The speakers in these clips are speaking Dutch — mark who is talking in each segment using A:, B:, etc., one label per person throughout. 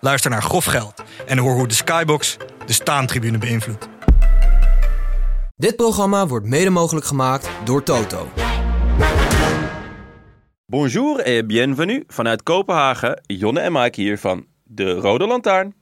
A: Luister naar Grof Geld en hoor hoe de Skybox de staantribune beïnvloedt.
B: Dit programma wordt mede mogelijk gemaakt door Toto.
C: Bonjour et bienvenue vanuit Kopenhagen. Jonne en Mike hier van De Rode Lantaarn.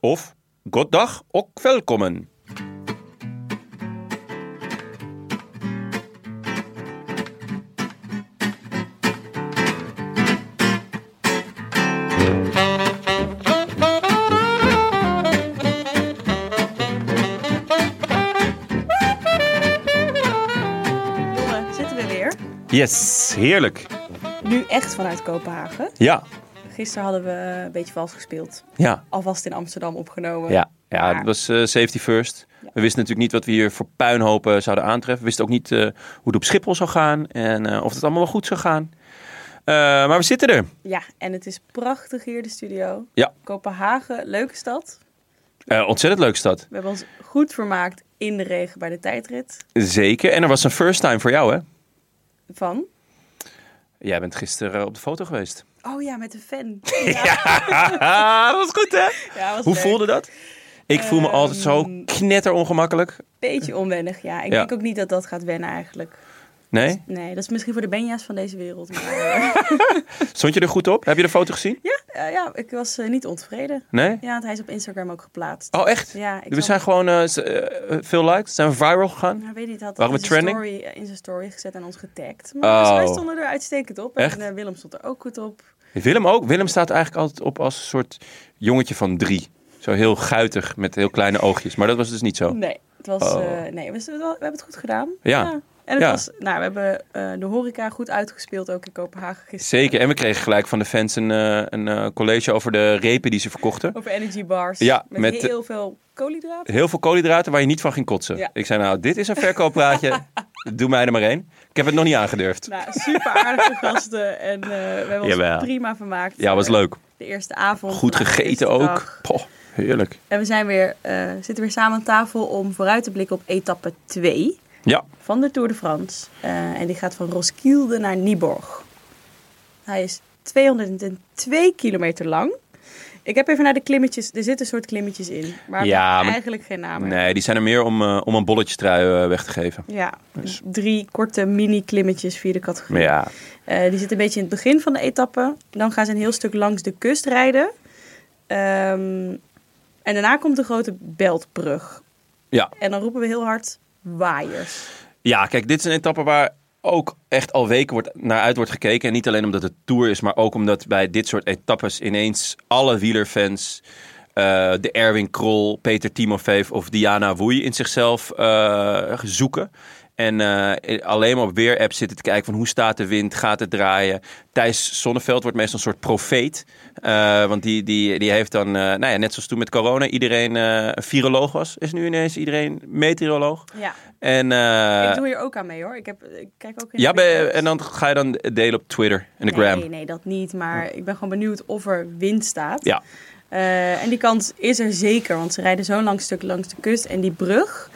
C: Of Goddag ook welkommen.
D: Jongen, zitten we weer.
C: Yes, heerlijk.
D: Nu echt vanuit Kopenhagen.
C: Ja,
D: Gisteren hadden we een beetje vals gespeeld.
C: ja,
D: Alvast in Amsterdam opgenomen.
C: ja. Ja, het was eh, safety first. We wisten natuurlijk niet wat we hier voor puinhopen zouden aantreffen. We wisten ook niet eh, hoe het op Schiphol zou gaan en eh, of het allemaal wel goed zou gaan. Eh, maar we zitten er.
D: Ja, en het is prachtig hier, de studio.
C: Ja.
D: Kopenhagen, leuke stad.
C: Eh, ontzettend leuk stad.
D: We hebben ons goed vermaakt in de regen bij de tijdrit.
C: Zeker. En er was een first time voor jou, hè?
D: Van?
C: Jij bent gisteren op de foto geweest.
D: Oh ja, met een fan.
C: Ah, dat was goed, hè?
D: Ja,
C: Hoe
D: was leuk. Ehm,
C: voelde dat? Ik voel me altijd zo knetter ongemakkelijk.
D: Beetje onwennig, ja. Ik
C: Ja.
D: denk ook niet dat dat gaat wennen eigenlijk.
C: Nee?
D: Nee, dat is misschien voor de Benja's van deze wereld. Maar, eh,
C: Stond je er goed op? Heb je de foto gezien?
D: ja, eh, ja, ik was eh, niet ontevreden.
C: Nee?
D: Ja, want hij is op Instagram ook geplaatst.
C: Oh, echt?
D: Ja, ik
C: We
D: zal-
C: zijn gewoon eh, s- eh, veel likes, zijn we viral gegaan.
D: Nou, weet niet, had
C: Waren
D: in
C: we
D: zijn
C: trending?
D: story, in zijn story gezet en ons getagd. Maar
C: Oh.
D: wij stonden er uitstekend op. En
C: Echt?
D: eh, Willem stond er ook goed op.
C: Willem ook. Willem staat eigenlijk altijd op als een soort jongetje van drie. Zo heel guitig met heel kleine oogjes. Maar dat was dus niet zo.
D: Nee, het was,
C: Oh.
D: eh, nee we, we hebben het goed gedaan.
C: Ja.
D: En het
C: Ja.
D: was, nou, we hebben eh, de horeca goed uitgespeeld ook in Kopenhagen gisteren.
C: Zeker. En we kregen gelijk van de fans een, eh, een eh, college over de repen die ze verkochten.
D: Over energy bars.
C: Ja,
D: met,
C: met-
D: heel veel koolhydraten.
C: Heel veel koolhydraten waar je niet van ging kotsen.
D: Ja.
C: Ik zei nou, dit is een verkooppraatje. Doe mij er maar één. Ik heb het nog niet aangedurfd.
D: Nou, super aardige gasten. En eh, we hebben ons
C: Jawel.
D: prima vermaakt. eh,
C: Ja, was leuk.
D: De eerste avond.
C: Goed
D: nou, de
C: gegeten
D: eerste
C: ook.
D: dag.
C: Poh, heerlijk.
D: En we zijn weer, eh, zitten weer samen aan tafel om vooruit te blikken op etappe 2.
C: Ja,
D: van de Tour de France. Eh, en die gaat van Roskilde naar Nieborg. Hij is 202 kilometer lang. Ik heb even naar de klimmetjes. Er zitten soort klimmetjes in. Maar
C: Ja,
D: ja,
C: maar-
D: eigenlijk geen naam. meer.
C: nee, die zijn er meer om, eh, om een bolletje trui eh, weg te geven.
D: Ja, drie korte mini-klimmetjes, vierde categorie.
C: Dus- Ja,
D: Eh, die zitten een beetje in het begin van de etappe. Dan gaan ze een heel stuk langs de kust rijden. Ehm, en daarna komt de grote Beltbrug.
C: ja.
D: En dan roepen we heel hard waaiers.
C: ja kijk, dit is een etappe waar ook echt al weken wordt, naar uit wordt gekeken. En niet alleen omdat het Tour is, maar ook omdat bij dit soort etappes ineens alle wielerfans... eh, de Erwin Krol, Peter Timofeev of Diana Woei in zichzelf eh, zoeken. En eh, alleen maar op weer-app zitten te kijken van hoe staat de wind, gaat het draaien. Thijs Sonneveld wordt meestal een soort profeet. Eh, want die, die, die heeft dan, eh, nou ja, net zoals toen met corona, iedereen eh, een viroloog was. Is nu ineens iedereen meteoroloog.
D: Ja.
C: En, eh,
D: ik doe hier ook aan mee hoor. Ik, heb, ik kijk ook in de
C: ja, ben-
D: video's.
C: en dan ga je dan delen op Twitter en de gram.
D: Nee, nee, dat niet. Maar ik ben gewoon benieuwd of er wind staat.
C: Ja.
D: Eh, en die kans is er zeker, want ze rijden zo'n lang stuk langs de kust. En die brug,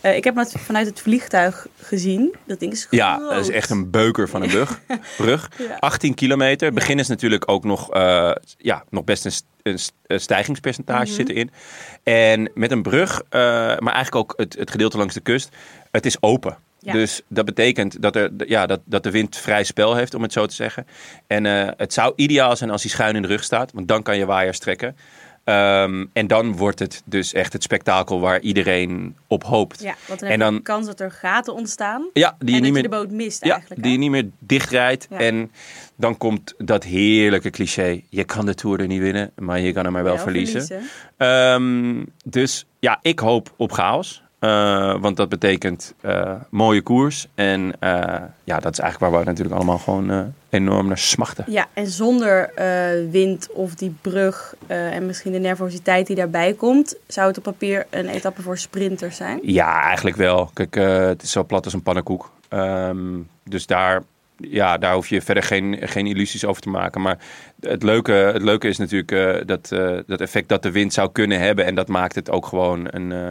D: eh, ik heb het vanuit het vliegtuig gezien. Dat ding is groot.
C: Ja, dat is echt een beuker van een brug. brug.
D: Ja.
C: 18 kilometer. Het begin is natuurlijk ook nog, eh, ja, nog best een, st- een st- een stijgingspercentage
D: Mhm.
C: zit erin. En met een brug, eh, maar eigenlijk ook het, het gedeelte langs de kust, het is open.
D: Ja.
C: Dus dat betekent dat, er, ja, dat, dat de wind vrij spel heeft, om het zo te zeggen. En eh, het zou ideaal zijn als hij schuin in de rug staat, want dan kan je waaiers trekken. Ehm, en dan wordt het dus echt het spektakel waar iedereen op hoopt.
D: Ja, want
C: en
D: dan heb je
C: dan,
D: de kans dat er gaten ontstaan.
C: ja, die je niet
D: en dat
C: meer,
D: je de boot mist
C: ja,
D: eigenlijk.
C: die
D: hè?
C: je niet meer dichtrijdt.
D: Ja.
C: En dan komt dat heerlijke cliché. Je kan de Tour er niet winnen, maar je kan hem maar wel, verliezen. Ehm, dus ja, ik hoop op chaos. Eh, want dat betekent eh, mooie koers. En eh, ja, dat is eigenlijk waar we natuurlijk allemaal gewoon eh, enorm naar smachten.
D: Ja, en zonder eh, wind of die brug eh, en misschien de nervositeit die daarbij komt, zou het op papier een etappe voor sprinters zijn.
C: Ja, eigenlijk wel. Kijk, eh, het is zo plat als een pannenkoek. Ehm, dus daar, ja, daar hoef je verder geen, geen illusies over te maken. Maar het leuke, het leuke is natuurlijk eh, dat, eh, dat effect dat de wind zou kunnen hebben. En dat maakt het ook gewoon een eh,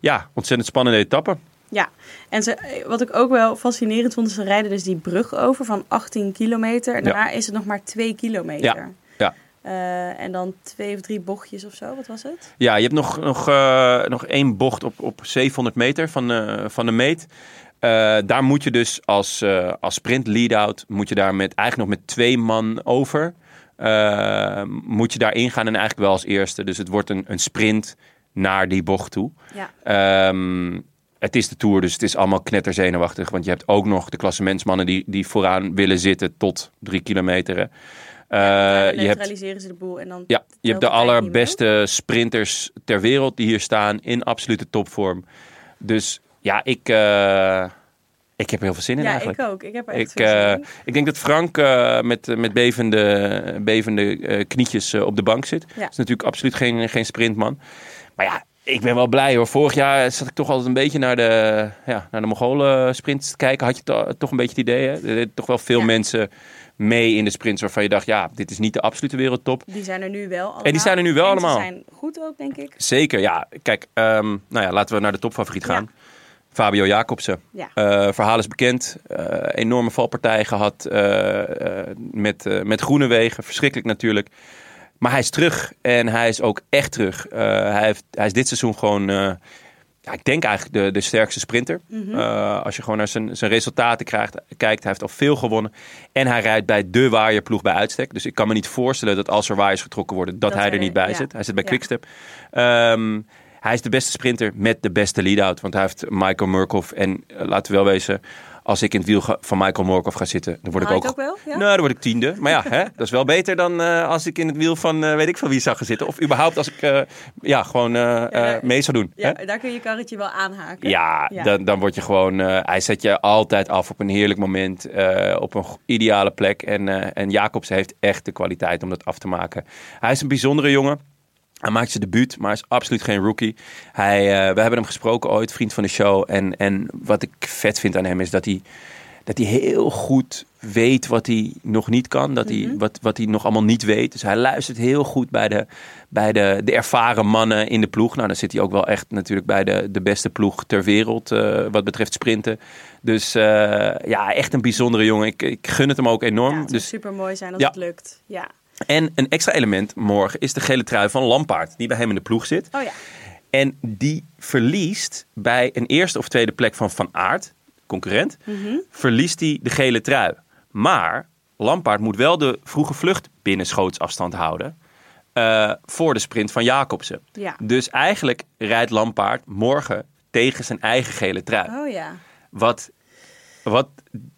C: ja, ontzettend spannende etappe.
D: Ja, en ze, wat ik ook wel fascinerend vond, is ze rijden dus die brug over van 18 kilometer. En
C: Ja.
D: daarna is het nog maar 2 kilometer.
C: Ja, ja.
D: Eh, en dan twee of drie bochtjes of zo, wat was het?
C: Ja, je hebt nog, nog, eh, nog één bocht op, op 700 meter van, eh, van de meet. Eh, daar moet je dus als, eh, als sprint lead-out, moet je daar met, eigenlijk nog met twee man over, eh, moet je daar ingaan en eigenlijk wel als eerste. Dus het wordt een, een sprint naar die bocht toe.
D: Ja.
C: Ehm, het is de Tour, dus het is allemaal knetterzenuwachtig. Want je hebt ook nog de klassementsmannen die, die vooraan willen zitten tot drie kilometer. hè. Eh,
D: Dan
C: je hebt
D: neutraliseren ze de boel en dan...
C: ja, je
D: telt
C: hebt de
D: de tijd niet meer.
C: allerbeste sprinters ter wereld die hier staan in absolute topvorm. Dus ja, ik, eh, ik heb er heel veel zin in
D: Ja,
C: eigenlijk.
D: ik ook. Ik heb er echt
C: Ik,
D: veel zin in.
C: eh, ik denk dat Frank eh, met, met bevende, bevende eh, knietjes eh, op de bank zit.
D: Ja.
C: is natuurlijk absoluut geen, geen sprintman. Maar ja, ik ben wel blij hoor. Vorig jaar zat ik toch altijd een beetje naar de, ja, naar de Mongolen sprints te kijken. Had je to- toch een beetje het idee, hè? Er deden toch wel veel
D: Ja.
C: mensen mee in de sprints waarvan je dacht... ja, dit is niet de absolute wereldtop.
D: Die zijn er nu wel allemaal.
C: die zijn er nu wel
D: En
C: allemaal.
D: Ze zijn goed ook, denk ik.
C: Zeker, ja. Kijk, ehm, nou ja, laten we naar de topfavoriet
D: Ja.
C: gaan. Fabio Jacobsen.
D: Ja.
C: Eh, verhaal is bekend. Eh, enorme valpartij gehad eh, eh, met, eh met Groenewegen. Verschrikkelijk natuurlijk. Maar hij is terug en hij is ook echt terug. Eh, hij, heeft, hij is dit seizoen gewoon, eh, ja, ik denk eigenlijk de, de sterkste sprinter.
D: Mhm.
C: Eh, als je gewoon naar zijn, zijn resultaten krijgt, kijkt, hij heeft al veel gewonnen. En hij rijdt bij de waaierploeg bij uitstek. Dus ik kan me niet voorstellen dat als er waaiers getrokken worden, dat, hij er niet bij
D: ja.
C: zit. Hij zit bij
D: Ja.
C: Quickstep. Ehm, hij is de beste sprinter met de beste lead-out. Want hij heeft Michael Murkoff. En eh, laten we wel wezen, als ik in het wiel ga- van Michael Murkoff ga zitten, dan word ik
D: Haal je
C: ook...
D: het ook wel? Ja?
C: Nou, dan word ik tiende. Maar ja, hè, dat is wel beter dan eh, als ik in het wiel van eh, weet ik van wie zou gaan zitten. Of überhaupt als ik eh, ja, gewoon eh, eh,
D: eh,
C: mee zou doen.
D: Ja,
C: hè?
D: daar kun je je karretje wel aanhaken.
C: Ja,
D: Ja.
C: Dan, dan word je gewoon. eh, hij zet je altijd af op een heerlijk moment. eh, op een go- ideale plek. En, eh, en Jacobsen heeft echt de kwaliteit om dat af te maken. Hij is een bijzondere jongen. Hij maakt zijn debuut, maar hij is absoluut geen rookie. Hij, eh, we hebben hem gesproken ooit, vriend van de show. En, en wat ik vet vind aan hem is dat hij, dat hij heel goed weet wat hij nog niet kan. Dat hij,
D: Mhm.
C: wat, wat hij nog allemaal niet weet. Dus hij luistert heel goed bij, de, bij de, de ervaren mannen in de ploeg. Nou, dan zit hij ook wel echt natuurlijk bij de, de beste ploeg ter wereld eh, wat betreft sprinten. Dus eh, ja, echt een bijzondere jongen. Ik, ik gun het hem ook
D: Ja,
C: enorm.
D: het
C: dus,
D: super mooi zijn als
C: Ja.
D: het lukt. Ja.
C: en een extra element morgen is de gele trui van Lampaard. Die bij hem in de ploeg zit.
D: Oh ja.
C: En die verliest bij een eerste of tweede plek van Van Aert, concurrent,
D: Mhm.
C: verliest hij de gele trui. Maar Lampaard moet wel de vroege vlucht binnen schootsafstand houden eh, voor de sprint van Jacobsen.
D: Ja.
C: Dus eigenlijk rijdt Lampaard morgen tegen zijn eigen gele trui.
D: Oh ja.
C: Wat, wat,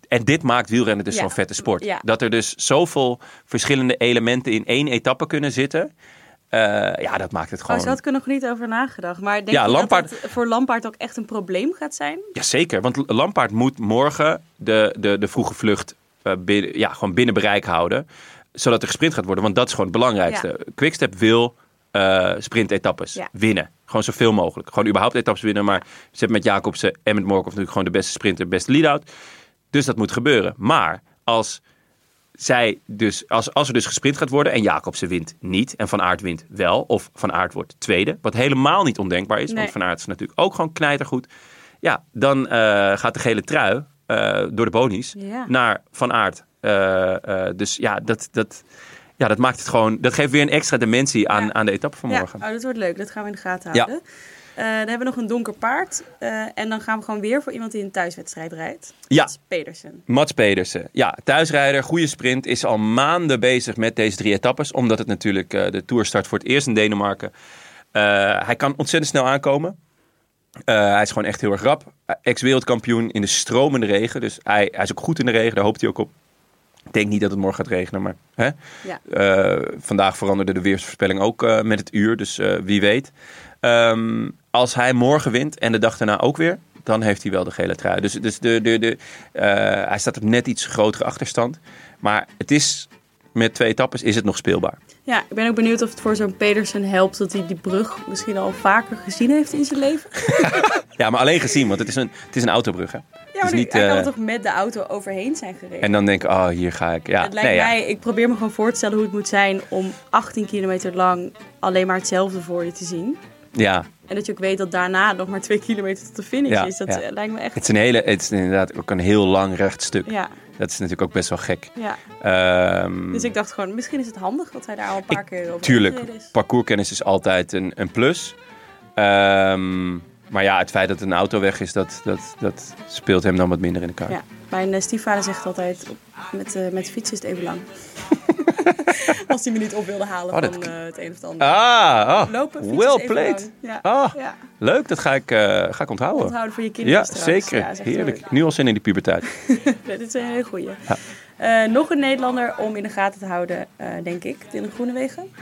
C: en dit maakt wielrennen dus
D: Ja.
C: zo'n vette sport.
D: Ja.
C: Dat er dus zoveel verschillende elementen in één etappe kunnen zitten. Eh, ja, dat maakt het
D: Oh,
C: gewoon...
D: zo had ik er nog niet over nagedacht. Maar denk
C: Ja,
D: je
C: Lampaard-
D: dat het voor Lampaard ook echt een probleem gaat zijn?
C: Jazeker, want Lampaard moet morgen de, de, de vroege vlucht eh, binnen, ja, gewoon binnen bereik houden. Zodat er gesprint gaat worden, want dat is gewoon het belangrijkste. Quickstep wil eh sprintetappes
D: Ja.
C: winnen. Gewoon zoveel mogelijk. Gewoon überhaupt etappes winnen. Maar ze hebben met Jacobsen en met Morkov natuurlijk gewoon de beste sprinter, beste lead-out. Dus dat moet gebeuren. Maar als, zij dus, als, als er dus gesprint gaat worden en Jacobsen wint niet en Van Aert wint wel. Of Van Aert wordt tweede, wat helemaal niet ondenkbaar is.
D: Nee.
C: Want Van Aert is natuurlijk ook gewoon knijtergoed. Ja, dan eh, gaat de gele trui eh, door de bonies
D: Ja.
C: naar Van Aert. Eh, eh, dus ja dat, dat, ja, dat maakt het gewoon... Dat geeft weer een extra dimensie aan,
D: Ja.
C: aan de etappe van
D: Ja.
C: morgen.
D: Oh, dat wordt leuk. Dat gaan we in de gaten
C: Ja.
D: houden. Eh, dan hebben we nog een donker paard. Eh, en dan gaan we gewoon weer voor iemand die een thuiswedstrijd rijdt.
C: Ja.
D: Dat is Pedersen.
C: Mats Pedersen. Ja, thuisrijder, goede sprint. Is al maanden bezig met deze drie etappes. Omdat het natuurlijk eh, de Tour start voor het eerst in Denemarken. Eh, hij kan ontzettend snel aankomen. Eh, hij is gewoon echt heel erg Eh, rap. Ex-wereldkampioen in de stromende regen. Dus hij, hij is ook goed in de regen. Daar hoopt hij ook op. Ik denk niet dat het morgen gaat regenen, maar hè?
D: Ja.
C: Eh, vandaag veranderde de weersvoorspelling ook eh, met het uur, dus eh, wie weet. Ehm, als hij morgen wint en de dag daarna ook weer, dan heeft hij wel de gele trui. Dus, dus de, de, de, eh, hij staat op net iets grotere achterstand. Maar het is, met twee etappes is het nog speelbaar.
D: Ja, ik ben ook benieuwd of het voor zo'n Pedersen helpt dat hij die brug misschien al vaker gezien heeft in zijn leven.
C: Ja, maar alleen gezien, want het is een, het is een autobrug. Hè?
D: Ja, maar
C: is niet,
D: hij kan
C: eh,
D: er toch met de auto overheen zijn gereden?
C: En dan denk ik, oh, hier ga ik. Ja,
D: het lijkt
C: nee, ja.
D: mij, ik probeer me gewoon voor te stellen hoe het moet zijn om 18 kilometer lang alleen maar hetzelfde voor je te zien.
C: ja.
D: En dat je ook weet dat daarna nog maar twee kilometer tot de finish
C: Ja,
D: is. Dat
C: ja.
D: eh, lijkt me
C: Het
D: echt...
C: is, een hele, het is inderdaad ook een heel lang recht stuk.
D: Ja,
C: Dat is natuurlijk ook best wel gek.
D: ja.
C: Ehm,
D: Dus ik dacht gewoon, misschien is het handig dat hij daar al een paar keer over
C: Tuurlijk,
D: gereden is.
C: parcourskennis is altijd een, een plus. Ehm, maar ja, het feit dat een auto weg is, dat, dat, dat speelt hem dan wat minder in de kaart.
D: Ja, mijn eh, stiefvader zegt altijd, op- met, eh met fiets is het even lang. Als hij me niet op wilde halen
C: Oh, dat
D: van
C: kl-
D: eh, het een of het ander.
C: Ah, oh,
D: Lopen, fietsen is
C: well
D: even
C: played.
D: lang. Ja.
C: Ah,
D: Ja.
C: leuk, dat ga ik, eh, ga ik onthouden.
D: Onthouden voor je kinderen
C: Ja,
D: straks.
C: zeker.
D: Ja, is echt heel
C: Heerlijk. Nu al zin in die puberteit.
D: Nee, dit is een hele goeie. Eh, nog een Nederlander om in de groene te houden, eh, denk ik. Dylan Groenewegen.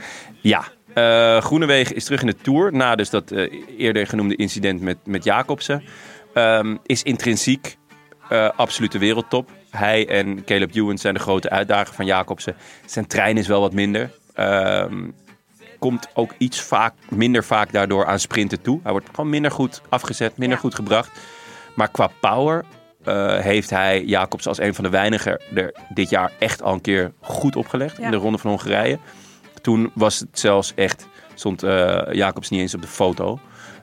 C: ja. Eh Groenewegen is terug in de Tour. Na dus dat eh, eerder genoemde incident met, met Jacobsen. Ehm, is intrinsiek eh, absolute wereldtop. Hij en Caleb Ewan zijn de grote uitdager van Jacobsen. Zijn trein is wel wat minder. Ehm, komt ook iets vaak, minder vaak daardoor aan sprinten toe. Hij wordt gewoon minder goed afgezet, minder
D: Ja.
C: goed gebracht. Maar qua power eh, heeft hij Jacobs als een van de weinigen er dit jaar echt al een keer goed opgelegd.
D: Ja.
C: In de Ronde van Hongarije. Toen was het zelfs echt, stond eh, Jacobs niet eens op de foto.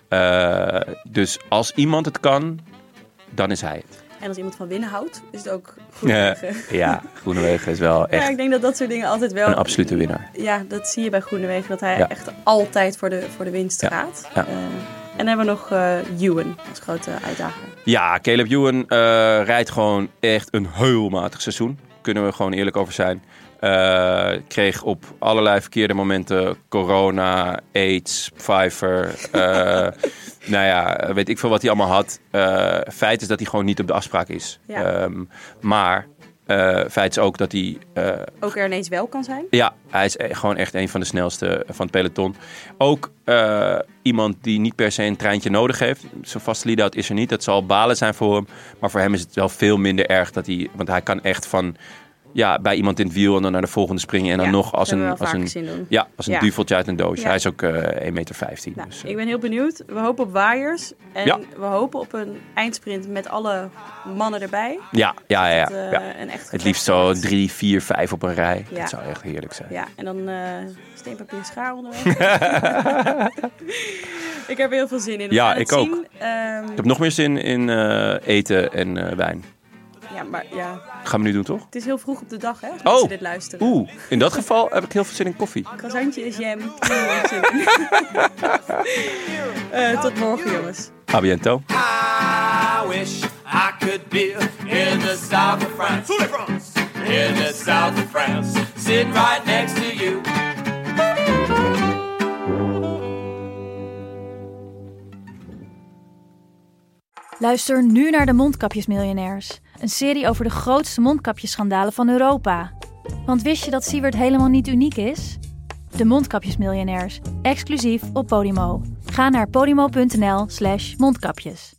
C: Eh, dus als iemand het kan, dan is hij het.
D: En als iemand van winnen houdt, is het ook
C: Ja,
D: Groenewegen.
C: ja Groenewegen is wel
D: Ja, ik
C: echt
D: denk dat dat soort dingen altijd wel...
C: een absolute winnaar.
D: Ja, dat zie je bij Groenewegen. Dat hij
C: Ja.
D: echt altijd voor de, voor de winst
C: Ja.
D: gaat.
C: Ja.
D: Eh, en dan hebben we nog eh Ewan als grote uitdager.
C: Ja, Caleb Ewan eh, rijdt gewoon echt een heel matig seizoen. Kunnen we gewoon eerlijk over zijn. Eh, kreeg op allerlei verkeerde momenten corona, aids, Pfeiffer. eh, nou ja, weet ik veel wat hij allemaal had. Eh, feit is dat hij gewoon niet op de afspraak is.
D: Ja.
C: Ehm, maar eh, feit is ook dat hij eh,
D: Ook er ineens wel kan zijn.
C: ja, hij is e- gewoon echt een van de snelste eh, van het peloton. Ook eh, iemand die niet per se een treintje nodig heeft. Zo'n vaste lead-out is er niet. Dat zal balen zijn voor hem. Maar voor hem is het wel veel minder erg. Dat hij, want hij kan echt van ja, bij iemand in het wiel en dan naar de volgende springen. En dan
D: Ja,
C: nog als
D: dat
C: een,
D: hebben we
C: als
D: wel
C: een,
D: vaak gezien doen.
C: ja, als een
D: Ja.
C: duveltje uit een doosje.
D: Ja.
C: Hij is ook eh 1,15 meter. 15,
D: Nou,
C: dus, eh,
D: ik ben heel benieuwd. We hopen op waaiers. En
C: Ja.
D: we hopen op een eindsprint met alle mannen erbij.
C: ja, ja, ja, ja,
D: Dat, eh,
C: ja.
D: een
C: Het
D: echt gevecht
C: liefst zo
D: wordt.
C: 3, 4, 5 op een rij.
D: Ja.
C: Dat zou echt heerlijk zijn.
D: Ja, en dan eh steen, papier, schaar onderweg. ik heb er heel veel zin in. We
C: Ja,
D: gaan het
C: ik ook.
D: zien. Ehm,
C: Ik heb nog meer zin in eh, eten en eh, wijn.
D: ja, maar ja,
C: Gaan we nu doen, toch?
D: het is heel vroeg op de dag, hè? Als
C: Oh.
D: mensen dit luisteren.
C: Oeh, in dat geval heb ik heel veel zin in koffie.
D: Croissantje is jam. Eh, tot morgen, jongens.
C: A biento.
E: I wish I could be in the south of France. In the south of France. Sitting right next to you.
F: Luister nu naar de Mondkapjesmiljonairs. Een serie over de grootste mondkapjesschandalen van Europa. Want wist je dat Siewert helemaal niet uniek is? De Mondkapjesmiljonairs. Exclusief op Podimo. Ga naar podimo.nl slash mondkapjes.